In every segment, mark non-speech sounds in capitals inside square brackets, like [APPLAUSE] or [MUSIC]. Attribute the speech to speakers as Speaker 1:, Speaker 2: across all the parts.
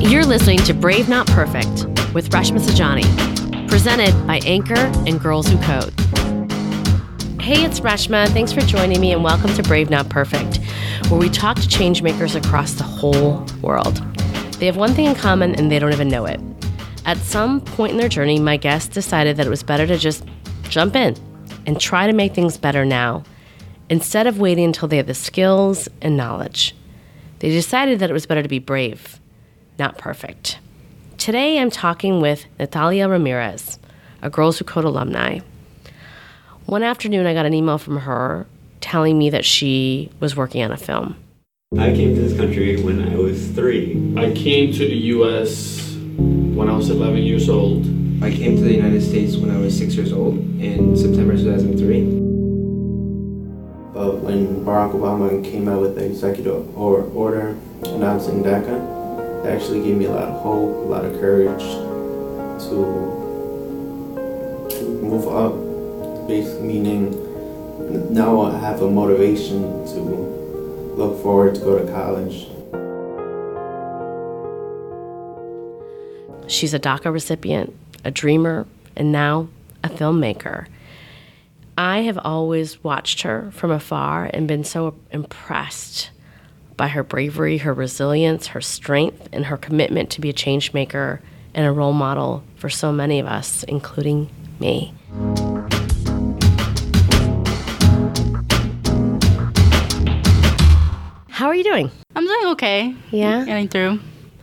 Speaker 1: You're listening to Brave Not Perfect with Reshma Sajani, presented by Anchor and Girls Who Code. Hey, it's Reshma. Thanks for joining me and welcome to Brave Not Perfect, where we talk to changemakers across the whole world. They have one thing in common and they don't even know it. At some point in their journey, my guests decided that it was better to just jump in and try to make things better now instead of waiting until they had the skills and knowledge. They decided that it was better to be brave, not perfect. Today, I'm talking with Natalia Ramirez, a Girls Who Code alumni. One afternoon, I got an email from her telling me that she was working on a film.
Speaker 2: I came to this country when I was three.
Speaker 3: I came to the US when I was 11 years old.
Speaker 4: I came to the United States when I was six years old in September 2003.
Speaker 5: But when Barack Obama came out with the executive or order announcing DACA, it actually gave me a lot of hope, a lot of courage to move up. Basically, meaning now I have a motivation to look forward to go to college.
Speaker 1: She's a DACA recipient, a dreamer, and now a filmmaker. I have always watched her from afar and been so impressed by her bravery, her resilience, her strength, and her commitment to be a change maker and a role model for so many of us, including me. How are you doing?
Speaker 6: I'm doing okay.
Speaker 1: Yeah?
Speaker 6: Getting through.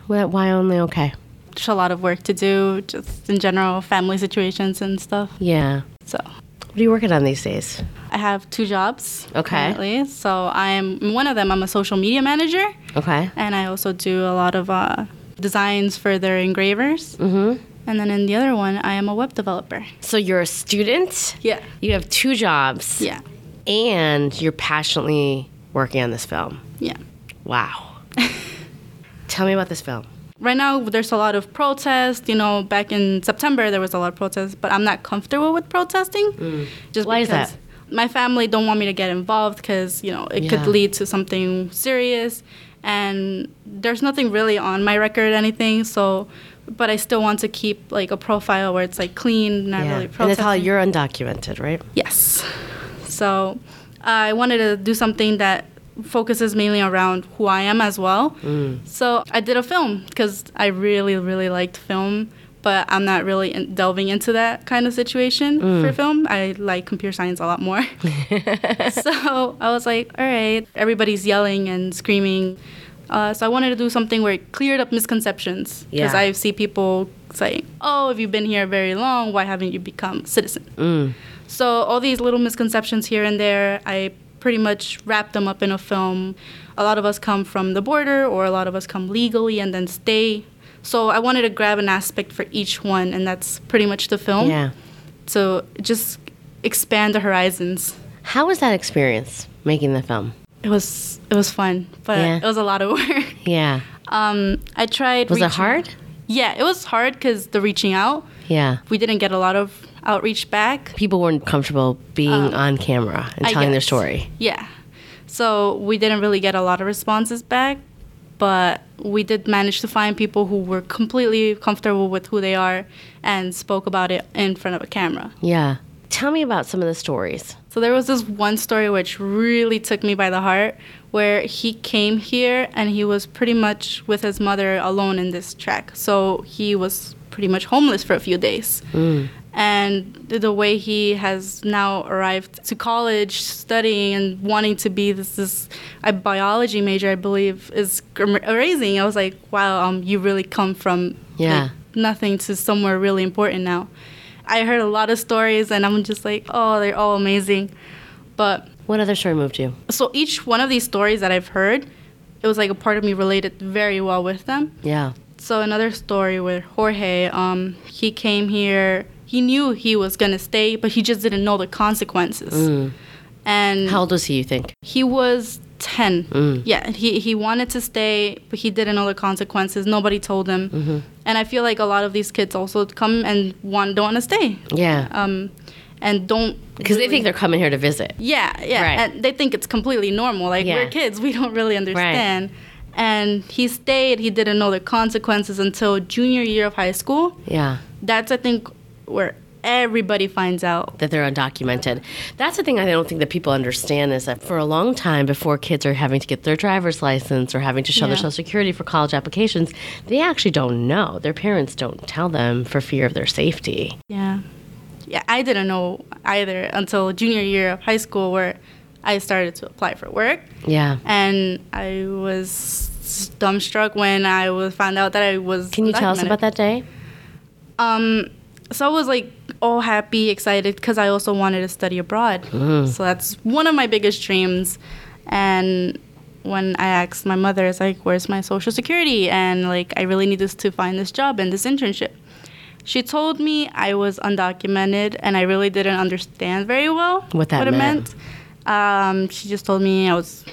Speaker 1: Why why only okay?
Speaker 6: Just a lot of work to do, just in general, family situations and stuff.
Speaker 1: Yeah.
Speaker 6: So
Speaker 1: What are you working on these days?
Speaker 6: I have two jobs.
Speaker 1: Okay.
Speaker 6: Currently. So I'm one of them. I'm a social media manager,
Speaker 1: Okay.
Speaker 6: and I also do a lot of uh, designs for their engravers. Mm-hmm. And then in the other one, I am a web developer.
Speaker 1: So you're a student,
Speaker 6: Yeah.
Speaker 1: you have two jobs,
Speaker 6: Yeah.
Speaker 1: and you're passionately working on this film.
Speaker 6: Yeah. [LAUGHS]
Speaker 1: Wow. Tell me about this film.
Speaker 6: Right now, there's a lot of protest. You know, back in September, there was a lot of protest, but I'm not comfortable with protesting. Just
Speaker 1: Why is that?
Speaker 6: because My family don't want me to get involved because you know it could
Speaker 1: Yeah.
Speaker 6: lead to something serious, and there's nothing really on my record, anything. So, but I still want to keep like a profile where it's like clean, not really Mm-hmm.
Speaker 1: And
Speaker 6: protesting.
Speaker 1: Natalia, you're undocumented, right?
Speaker 6: Yes. So I wanted to do something that focuses mainly around who I am as well. So I did a film because I really, really liked film, but I'm not really in- delving into that kind of situation for film. I like computer science a lot more. [LAUGHS] so I was like, all right, everybody's yelling and screaming. Uh, so I wanted to do something where it cleared up misconceptions because
Speaker 1: Yeah.
Speaker 6: I see people saying, "Oh, if you've been here very long, why haven't you become a citizen?" So all these little misconceptions here and there, I pretty much wrap them up in a film. A lot of us come from the border, or a lot of us come legally and then stay. So I wanted to grab an aspect for each one, and that's pretty much the film.
Speaker 1: Yeah.
Speaker 6: So just expand the horizons.
Speaker 1: How was that experience making the film?
Speaker 6: It was it was fun, but
Speaker 1: Yeah.
Speaker 6: it was a lot of [LAUGHS] work.
Speaker 1: Yeah.
Speaker 6: Um, I tried.
Speaker 1: Was it
Speaker 6: reaching-
Speaker 1: hard?
Speaker 6: Yeah, it was hard because the reaching out,
Speaker 1: Yeah.
Speaker 6: we didn't get a lot of outreach back.
Speaker 1: People weren't comfortable being on camera and
Speaker 6: Um, I
Speaker 1: telling their
Speaker 6: guess.
Speaker 1: story.
Speaker 6: Yeah. So we didn't really get a lot of responses back, but we did manage to find people who were completely comfortable with who they are and spoke about it in front of a camera.
Speaker 1: Yeah. Tell me about some of the stories.
Speaker 6: So there was this one story which really took me by the heart where he came here and he was pretty much with his mother alone in this track. So he was pretty much homeless for a few days. And the the way he has now arrived to college, studying and wanting to be this this a biology major, I believe, is am- amazing. I was like, wow, um, you really come from
Speaker 1: Yeah.
Speaker 6: like, nothing to somewhere really important now. I heard a lot of stories and I'm just like, oh, they're all amazing. But
Speaker 1: What other story moved you?
Speaker 6: so each one of these stories that I've heard, it was like a part of me related very well with them.
Speaker 1: Yeah.
Speaker 6: So another story with Jorge, um, he came here, he knew he was gonna stay, but he just didn't know the consequences. And
Speaker 1: How old was he, you think?
Speaker 6: he was 10 yeah he, he wanted to stay but he didn't know the consequences nobody told him and i feel like a lot of these kids also come and want don't want to stay
Speaker 1: Yeah.
Speaker 6: um, and don't
Speaker 1: Because they think they're coming here to visit.
Speaker 6: yeah yeah
Speaker 1: Right.
Speaker 6: and they think it's completely normal like
Speaker 1: Yeah.
Speaker 6: we're kids we don't really understand And he stayed. He didn't know the consequences until junior year of high school.
Speaker 1: Yeah.
Speaker 6: That's I think where everybody finds out.
Speaker 1: that they're undocumented. That's the thing I don't think that people understand is that for a long time before kids are having to get their driver's license or having to show their
Speaker 6: Yeah.
Speaker 1: social security for college applications, they actually don't know. Their parents don't tell them for fear of their safety.
Speaker 6: Yeah. Yeah, I didn't know either until junior year of high school where I started to apply for work.
Speaker 1: Yeah.
Speaker 6: And I was dumbstruck when I was found out that I was.
Speaker 1: Can you tell us
Speaker 6: undocumented.
Speaker 1: about that day?
Speaker 6: Um, so I was like all happy, excited because I also wanted to study abroad. So that's one of my biggest dreams. And when I asked my mother, it's like, "Where's my social security?" And like, I really need this to find this job and this internship. She told me I was undocumented, and I really didn't understand very well
Speaker 1: What that
Speaker 6: it
Speaker 1: meant.
Speaker 6: meant. Um, she just told me I was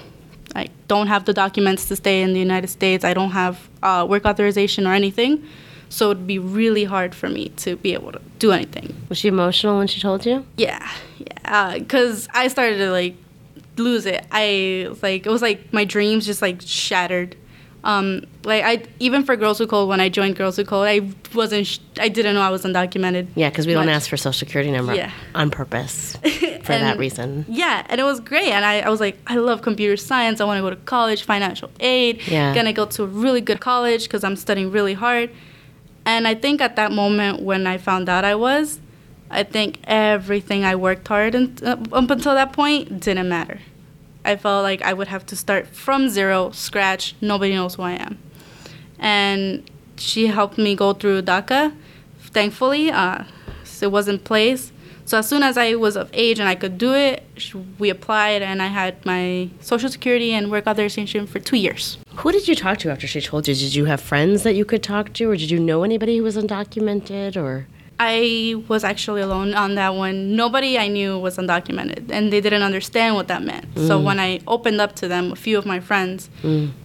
Speaker 6: I don't have the documents to stay in the United States. I don't have uh, work authorization or anything. So it'd be really hard for me to be able to do anything.
Speaker 1: Was she emotional when she told you?
Speaker 6: Yeah, yeah. Because I started to like lose it. I was like it was like my dreams just like shattered. Um, like I even for Girls Who Code when I joined Girls Who Code, I wasn't. Sh- I didn't know I was undocumented.
Speaker 1: Yeah, because we don't
Speaker 6: much.
Speaker 1: ask for social security number
Speaker 6: Yeah.
Speaker 1: on
Speaker 6: [LAUGHS]
Speaker 1: purpose for that
Speaker 6: And-
Speaker 1: reason.
Speaker 6: Yeah, and it was great. And I, I was like, I love computer science. I want to go to college, financial aid.
Speaker 1: Yeah.
Speaker 6: Gonna go to a really good college because I'm studying really hard. And I think at that moment when I found out I was, I think everything I worked hard and, uh, up until that point didn't matter. I felt like I would have to start from zero, scratch. Nobody knows who I am. And she helped me go through DACA. Thankfully, uh, so it was in place. So as soon as I was of age and I could do it, sh- we applied and I had my social security and work authorization for two years.
Speaker 1: Who did you talk to after she told you? Did you have friends that you could talk to, or did you know anybody who was undocumented? Or
Speaker 6: I was actually alone on that one. Nobody I knew was undocumented, and they didn't understand what that meant.
Speaker 1: Mm.
Speaker 6: So when I opened up to them, a few of my friends,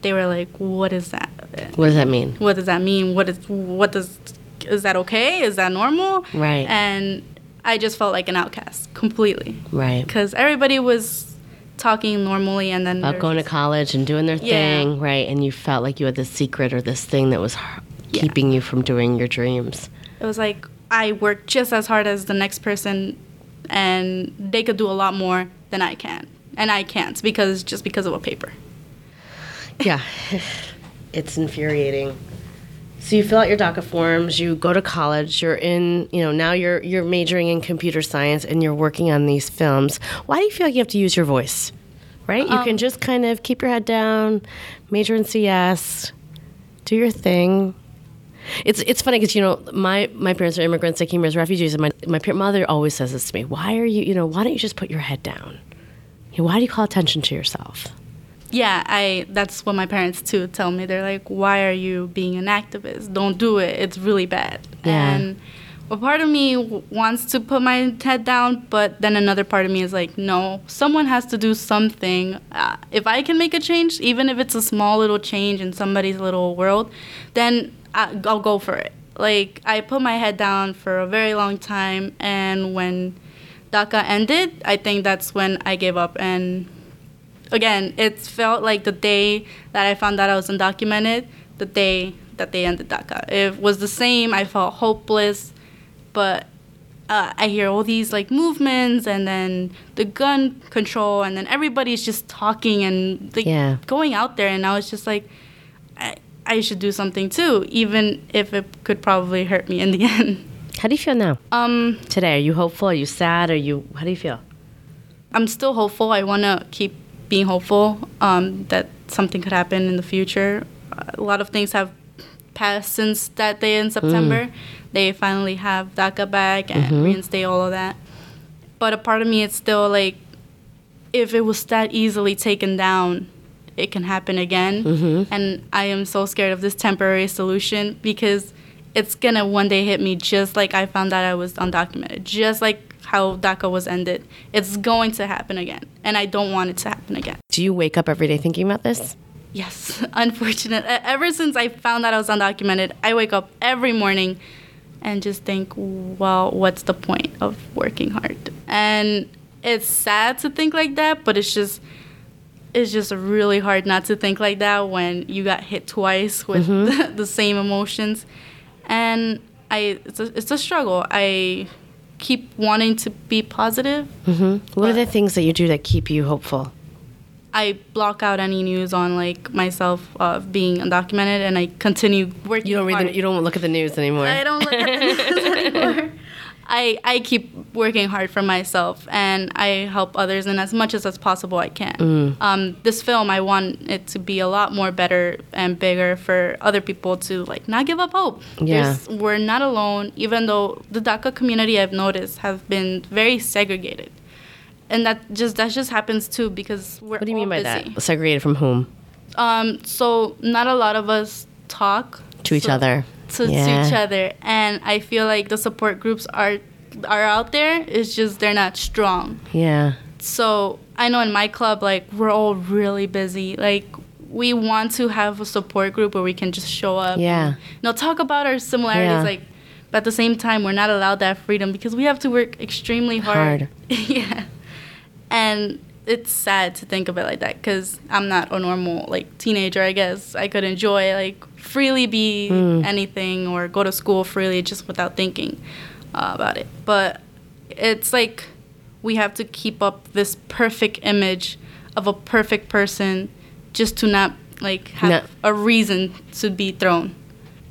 Speaker 6: they were like, "What is that?
Speaker 1: what does that mean?
Speaker 6: What does that mean? What is what does is that okay? Is that normal?"
Speaker 1: Right.
Speaker 6: And I just felt like an outcast completely
Speaker 1: Right.
Speaker 6: because everybody was talking normally, and then
Speaker 1: about
Speaker 6: there's
Speaker 1: going to college and doing their
Speaker 6: Yeah.
Speaker 1: thing, right? And you felt like you had this secret or this thing that was h-
Speaker 6: Yeah.
Speaker 1: keeping you from doing your dreams.
Speaker 6: it was like I worked just as hard as the next person, and they could do a lot more than I can, and I can't because just because of a paper.
Speaker 1: Yeah, [LAUGHS] it's infuriating. So you fill out your DACA forms, you go to college, you're in, you know, now you're you're majoring in computer science and you're working on these films. Why do you feel like you have to use your voice? Right? you can just kind of keep your head down, major in CS, do your thing. It's it's funny because you know my my parents are immigrants. They came here as refugees, and my my par- mother always says this to me. Why are you you know Why don't you just put your head down? You know, Why do you call attention to yourself?
Speaker 6: Yeah, I that's what my parents too tell me. They're like, "Why are you being an activist? Don't do it. It's really bad."
Speaker 1: Yeah.
Speaker 6: And a part of me w- wants to put my head down, but then another part of me is like, "No, someone has to do something. Uh, if I can make a change, even if it's a small little change in somebody's little world, then I, I'll go for it." Like I put my head down for a very long time, and when DACA ended, I think that's when I gave up and again, it felt like the day that I found out I was undocumented, the day that they ended DACA. It was the same. I felt hopeless, but uh, I hear all these like movements and then the gun control, and then everybody's just talking and like
Speaker 1: Yeah.
Speaker 6: going out there. And I was just like, I, I should do something too, even if it could probably hurt me in the [LAUGHS] end.
Speaker 1: How do you feel now?
Speaker 6: Um,
Speaker 1: today? Are you hopeful? Are you sad? Are you? How do you feel?
Speaker 6: I'm still hopeful. I want to keep being hopeful um, that something could happen in the future. A lot of things have passed since that day in September. They finally have DACA back and reinstate all of that. But a part of me, it's still like, if it was that easily taken down, it can happen again. And I am so scared of this temporary solution because it's gonna one day hit me just like I found out I was undocumented, just like how DACA was ended. It's going to happen again, and I don't want it to happen again.
Speaker 1: Do you wake up every day thinking about this?
Speaker 6: Yes, [LAUGHS] unfortunate. e- Ever since I found out I was undocumented, I wake up every morning and just think, well, what's the point of working hard? And it's sad to think like that, but it's just it's just really hard not to think like that when you got hit twice with [LAUGHS] the, same emotions and i it's a, it's a struggle i keep wanting to be positive
Speaker 1: What are the things that you do that keep you hopeful?
Speaker 6: i block out any news on like myself of being undocumented and i continue working
Speaker 1: You don't read.
Speaker 6: hard.
Speaker 1: The, you don't look at the news anymore.
Speaker 6: I don't look at the news
Speaker 1: [LAUGHS]
Speaker 6: anymore. I, I keep working hard for myself and I help others in as much as as possible I can.
Speaker 1: Mm.
Speaker 6: Um, this film, I want it to be a lot more better and bigger for other people to like not give up hope.
Speaker 1: Yeah.
Speaker 6: There's, we're not alone, even though the DACA community I've noticed have been very segregated. And that just that just happens too because we're
Speaker 1: What do you
Speaker 6: all
Speaker 1: mean by
Speaker 6: busy.
Speaker 1: that? Segregated from whom?
Speaker 6: Um, so not a lot of us talk
Speaker 1: To each
Speaker 6: so-
Speaker 1: other.
Speaker 6: to, to each other and i feel like the support groups are are out there it's just they're not strong
Speaker 1: Yeah.
Speaker 6: so i know in my club like we're all really busy like we want to have a support group where we can just show up
Speaker 1: Yeah.
Speaker 6: and, you know talk about our similarities
Speaker 1: Yeah.
Speaker 6: like but at the same time we're not allowed that freedom because we have to work extremely hard,
Speaker 1: Hard.
Speaker 6: [LAUGHS] yeah and it's sad to think of it like that because i'm not a normal like teenager i guess i could enjoy like freely be
Speaker 1: Hmm.
Speaker 6: anything or go to school freely just without thinking uh, about it but it's like we have to keep up this perfect image of a perfect person just to not like have
Speaker 1: No.
Speaker 6: a reason to be thrown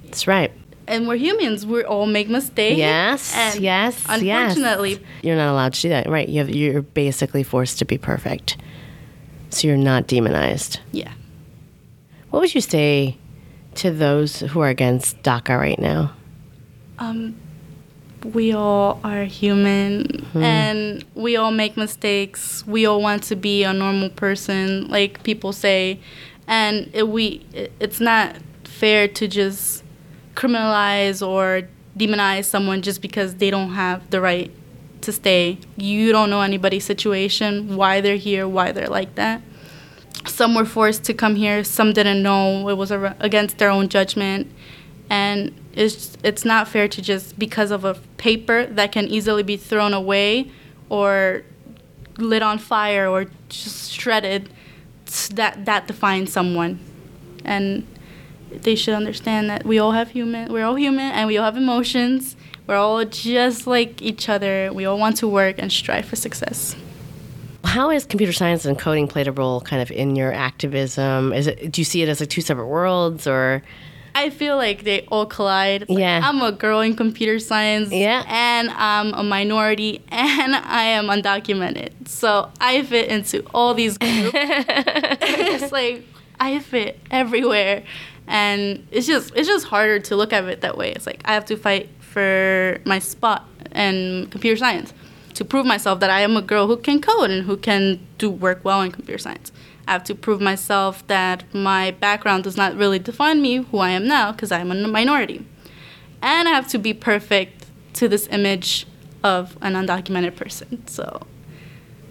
Speaker 1: That's right.
Speaker 6: and we're humans we all make mistakes
Speaker 1: Yes,
Speaker 6: and
Speaker 1: yes, yes.
Speaker 6: unfortunately
Speaker 1: You're not allowed to do that, right? You have, you're basically forced to be perfect, so you're not demonized.
Speaker 6: yeah
Speaker 1: What would you say to those who are against DACA right now?
Speaker 6: um, we all are human
Speaker 1: Hmm.
Speaker 6: and we all make mistakes. We all want to be a normal person, like people say. And it, we, it, it's not fair to just criminalize or demonize someone just because they don't have the right to stay. You don't know anybody's situation, why they're here, why they're like that some were forced to come here some didn't know it was ar- against their own judgment and it's it's not fair to just because of a paper that can easily be thrown away or lit on fire or just shredded s- that that defines someone and they should understand that we all have human we're all human and we all have emotions we're all just like each other we all want to work and strive for success
Speaker 1: How has computer science and coding played a role, kind of, in your activism? Is it? Do you see it as like two separate worlds, or
Speaker 6: I feel like they all collide. It's like,
Speaker 1: Yeah.
Speaker 6: I'm a girl in computer science.
Speaker 1: Yeah.
Speaker 6: And I'm a minority and I am undocumented. So I fit into all these groups. it's like I fit everywhere. And it's just it's just harder to look at it that way. It's like I have to fight for my spot in computer science to prove myself that I am a girl who can code and who can do work well in computer science. I have to prove myself that my background does not really define me who I am now because I'm a minority. And I have to be perfect to this image of an undocumented person. So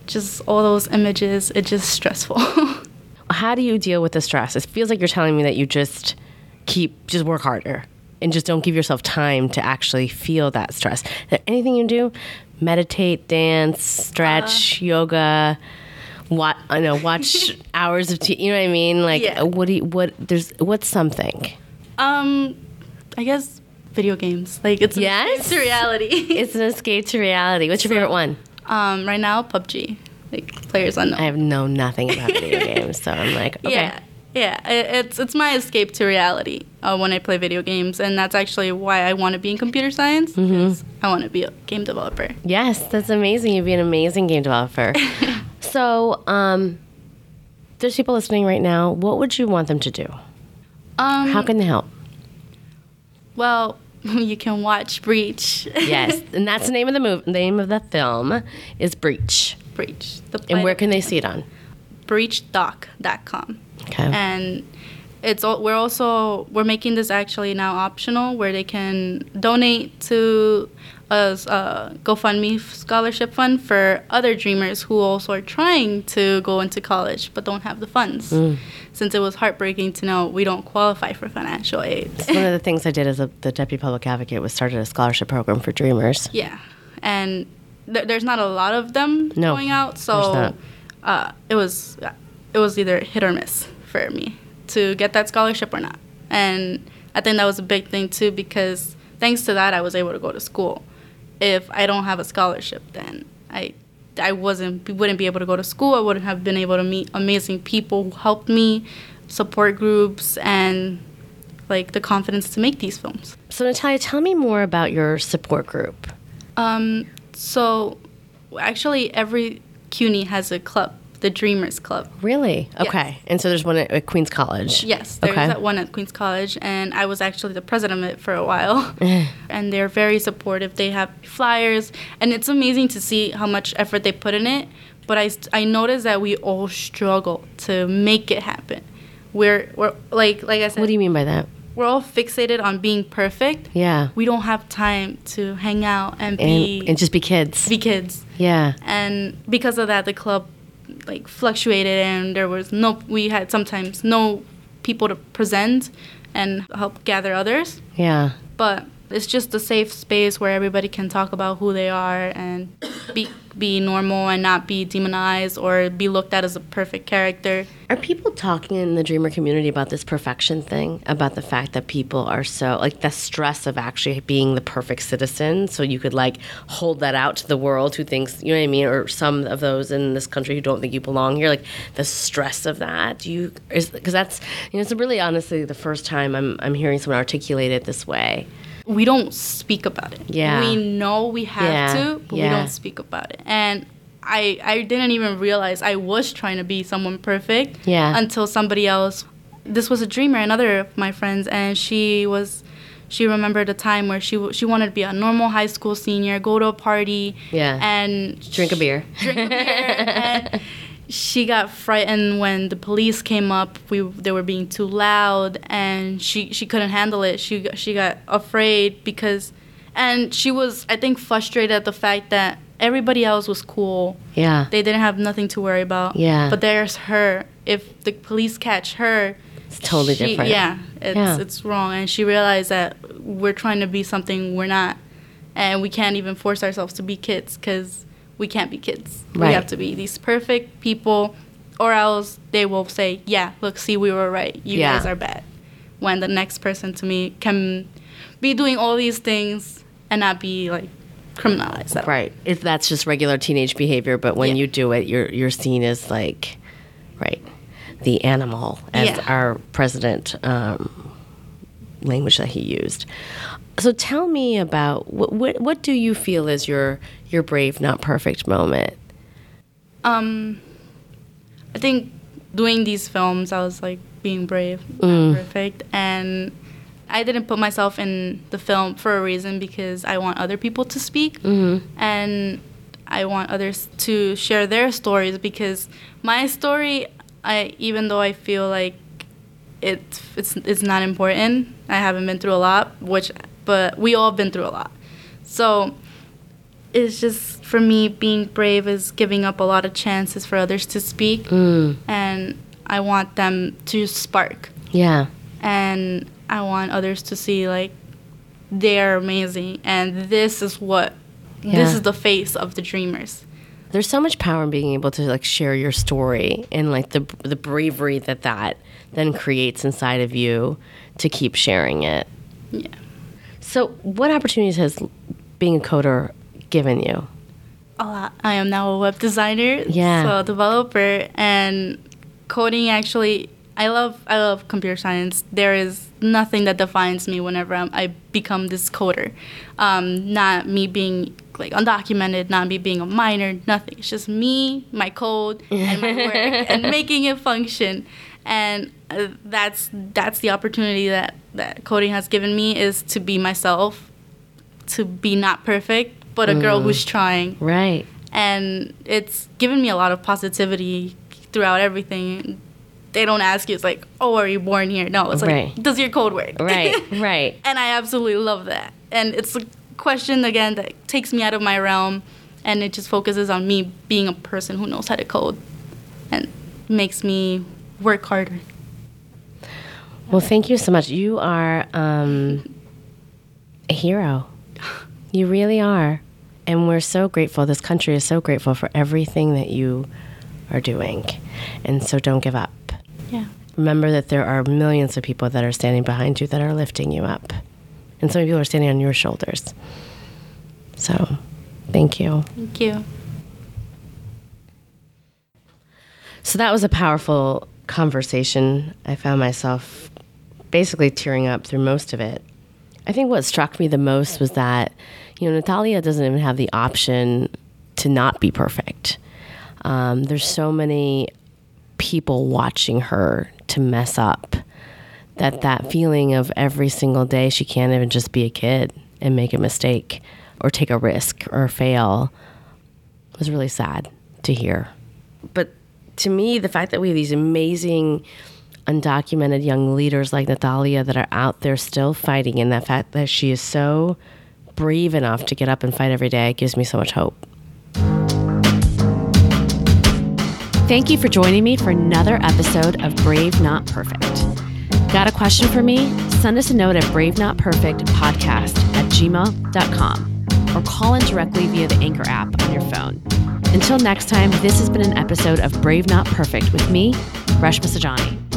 Speaker 6: just all those images, it's just stressful. [LAUGHS]
Speaker 1: how do you deal with the stress? It feels like you're telling me that you just keep just work harder and just don't give yourself time to actually feel that stress. Is there anything you do? Meditate, dance, stretch, yoga. What I know, [LAUGHS] watch hours of t You know what I mean? Like,
Speaker 6: Yeah.
Speaker 1: what do you, what there's what's something?
Speaker 6: um, I guess video games. Like it's an
Speaker 1: Yes?
Speaker 6: escape to reality.
Speaker 1: [LAUGHS] It's an escape to reality. What's your favorite one?
Speaker 6: [LAUGHS] um, right now, PUBG. Like players
Speaker 1: I
Speaker 6: unknown.
Speaker 1: have known nothing about [LAUGHS] video games, so I'm like, okay,
Speaker 6: Yeah. Yeah, it, it's it's my escape to reality uh, when I play video games, and that's actually why I want to be in computer science.
Speaker 1: Mm-hmm.
Speaker 6: 'cause I want to be a game developer.
Speaker 1: Yes, that's amazing. You'd be an amazing game
Speaker 6: [LAUGHS]
Speaker 1: developer. so, um, there's people listening right now. What would you want them to do?
Speaker 6: Um,
Speaker 1: How can they
Speaker 6: [LAUGHS]
Speaker 1: help?
Speaker 6: well, [LAUGHS] you can watch Breach.
Speaker 1: Yes, and that's the name of the move. Name of the film is Breach.
Speaker 6: Breach. The
Speaker 1: And where can they see it
Speaker 6: Uh,
Speaker 1: on?
Speaker 6: breachdoc.com.
Speaker 1: Okay.
Speaker 6: And it's all, we're also we're making this actually now optional where they can donate to a uh, GoFundMe scholarship fund for other dreamers who also are trying to go into college but don't have the funds.
Speaker 1: Mm.
Speaker 6: Since it was heartbreaking to know we don't qualify for financial aid.
Speaker 1: One of the things I did as a, the deputy public advocate was started a scholarship program for dreamers.
Speaker 6: Yeah, and th- there's not a lot of them
Speaker 1: No,
Speaker 6: going out,
Speaker 1: there's
Speaker 6: so
Speaker 1: not.
Speaker 6: uh, it was it was either hit or miss for me to get that scholarship or not. And I think that was a big thing too because thanks to that I was able to go to school. If I don't have a scholarship, then I I wasn't wouldn't be able to go to school. I wouldn't have been able to meet amazing people who helped me, support groups, and like the confidence to make these films.
Speaker 1: So, Natalia, tell me more about your support group.
Speaker 6: Um, so actually, every CUNY has a club, the Dreamers Club.
Speaker 1: Really?
Speaker 6: Yes.
Speaker 1: Okay. And so there's one at, at Queens College.
Speaker 6: Yes, there's
Speaker 1: Okay.
Speaker 6: that one at Queens College, and I was actually the president of it for a
Speaker 1: [LAUGHS]
Speaker 6: while. [LAUGHS] and they're very supportive. They have flyers, and it's amazing to see how much effort they put in it. But I, st- I noticed that we all struggle to make it happen. We're, we're like like I said,
Speaker 1: What do you mean by that?
Speaker 6: we're all fixated on being perfect.
Speaker 1: Yeah.
Speaker 6: We don't have time to hang out and be
Speaker 1: And, and just be kids.
Speaker 6: be kids
Speaker 1: yeah.
Speaker 6: and because of that the club like fluctuated and there was no we had sometimes no people to present and help gather others
Speaker 1: Yeah.
Speaker 6: but it's just a safe space where everybody can talk about who they are and be be normal and not be demonized or be looked at as a perfect character
Speaker 1: Are people talking in the dreamer community about this perfection thing? About the fact that people are so, like, the stress of actually being the perfect citizen? So you could, like, hold that out to the world who thinks, you know what I mean? Or some of those in this country who don't think you belong here. Like, the stress of that. Do you, because that's, you know, it's really honestly the first time I'm, I'm hearing someone articulate it this way.
Speaker 6: we don't speak about it.
Speaker 1: Yeah.
Speaker 6: We know we have
Speaker 1: Yeah,
Speaker 6: to, but
Speaker 1: yeah.
Speaker 6: we don't speak about it. And I I didn't even realize I was trying to be someone perfect
Speaker 1: Yeah.
Speaker 6: until somebody else this was a dreamer, another of my friends, and she was she remembered a time where she w- she wanted to be a normal high school senior, go to a party,
Speaker 1: Yeah.
Speaker 6: and
Speaker 1: Drink a beer.
Speaker 6: and she got frightened when the police came up. We they were being too loud, and she she couldn't handle it. She got- she got afraid because, and she was I think frustrated at the fact that everybody else was cool.
Speaker 1: Yeah.
Speaker 6: They didn't have nothing to worry about.
Speaker 1: Yeah.
Speaker 6: But there's her. If the police catch her,
Speaker 1: It's totally
Speaker 6: she-
Speaker 1: different.
Speaker 6: Yeah, it's
Speaker 1: Yeah.
Speaker 6: it's wrong, and she realized that we're trying to be something we're not, and we can't even force ourselves to be kids because we can't be kids.
Speaker 1: Right.
Speaker 6: We have to be these perfect people, or else they will say, "Yeah, look, see, we were right. You
Speaker 1: Yeah.
Speaker 6: guys are bad." When the next person to me can be doing all these things and not be like criminalized. at all.
Speaker 1: Right. If that's just regular teenage behavior, but when
Speaker 6: Yeah.
Speaker 1: you do it, you're you're seen as like, right, the animal, as
Speaker 6: Yeah.
Speaker 1: our president um, language that he used. So tell me about what, what what do you feel is your your brave not perfect moment?
Speaker 6: Um, I think doing these films, I was like being brave, not perfect, and I didn't put myself in the film for a reason because I want other people to speak and I want others to share their stories because my story, I even though I feel like it it's it's not important, I haven't been through a lot, which but we all have been through a lot, so it's just for me being brave is giving up a lot of chances for others to speak
Speaker 1: Mm.
Speaker 6: and i want them to spark
Speaker 1: Yeah.
Speaker 6: and i want others to see like they're amazing and this is what
Speaker 1: Yeah.
Speaker 6: this is the face of the dreamers
Speaker 1: There's so much power in being able to like share your story and like the the bravery that that then creates inside of you to keep sharing it.
Speaker 6: yeah
Speaker 1: So, what opportunities has being a coder given you?
Speaker 6: a lot. I am now a web designer,
Speaker 1: Yeah.
Speaker 6: so a developer and coding actually I love I love computer science. There is nothing that defines me whenever I'm, I become this coder. Um, not me being like undocumented, not me being a minor, nothing. It's just me, my code, and my work, and making it function. And uh, that's that's the opportunity that that coding has given me is to be myself, to be not perfect, but a girl who's trying
Speaker 1: Right.
Speaker 6: and it's given me a lot of positivity throughout everything. They don't ask you, it's like, oh, are you born here? No, it's like,
Speaker 1: Right.
Speaker 6: does your code work?
Speaker 1: [LAUGHS]
Speaker 6: [LAUGHS]
Speaker 1: Right, right.
Speaker 6: and I absolutely love that. And it's a question, again, that takes me out of my realm and it just focuses on me being a person who knows how to code and makes me work harder.
Speaker 1: Well, thank you so much. You are um, a hero. You really are. And we're so grateful. This country is so grateful for everything that you are doing. And so don't give up.
Speaker 6: Yeah.
Speaker 1: Remember that there are millions of people that are standing behind you that are lifting you up. And so many people are standing on your shoulders. So thank you.
Speaker 6: Thank you.
Speaker 1: So that was a powerful conversation. I found myself basically tearing up through most of it. I think what struck me the most was that, you know, Natalia doesn't even have the option to not be perfect. Um, there's so many people watching her to mess up that that feeling of every single day she can't even just be a kid and make a mistake or take a risk or fail was really sad to hear. But to me, the fact that we have these amazing undocumented young leaders like Natalia that are out there still fighting, and the fact that she is so brave enough to get up and fight every day gives me so much hope. Thank you for joining me for another episode of Brave Not Perfect. Got a question for me? Send us a note at brave not perfect podcast at gmail.com or call in directly via the Anchor app on your phone. Until next time, this has been an episode of Brave Not Perfect with me, Reshma Sajani.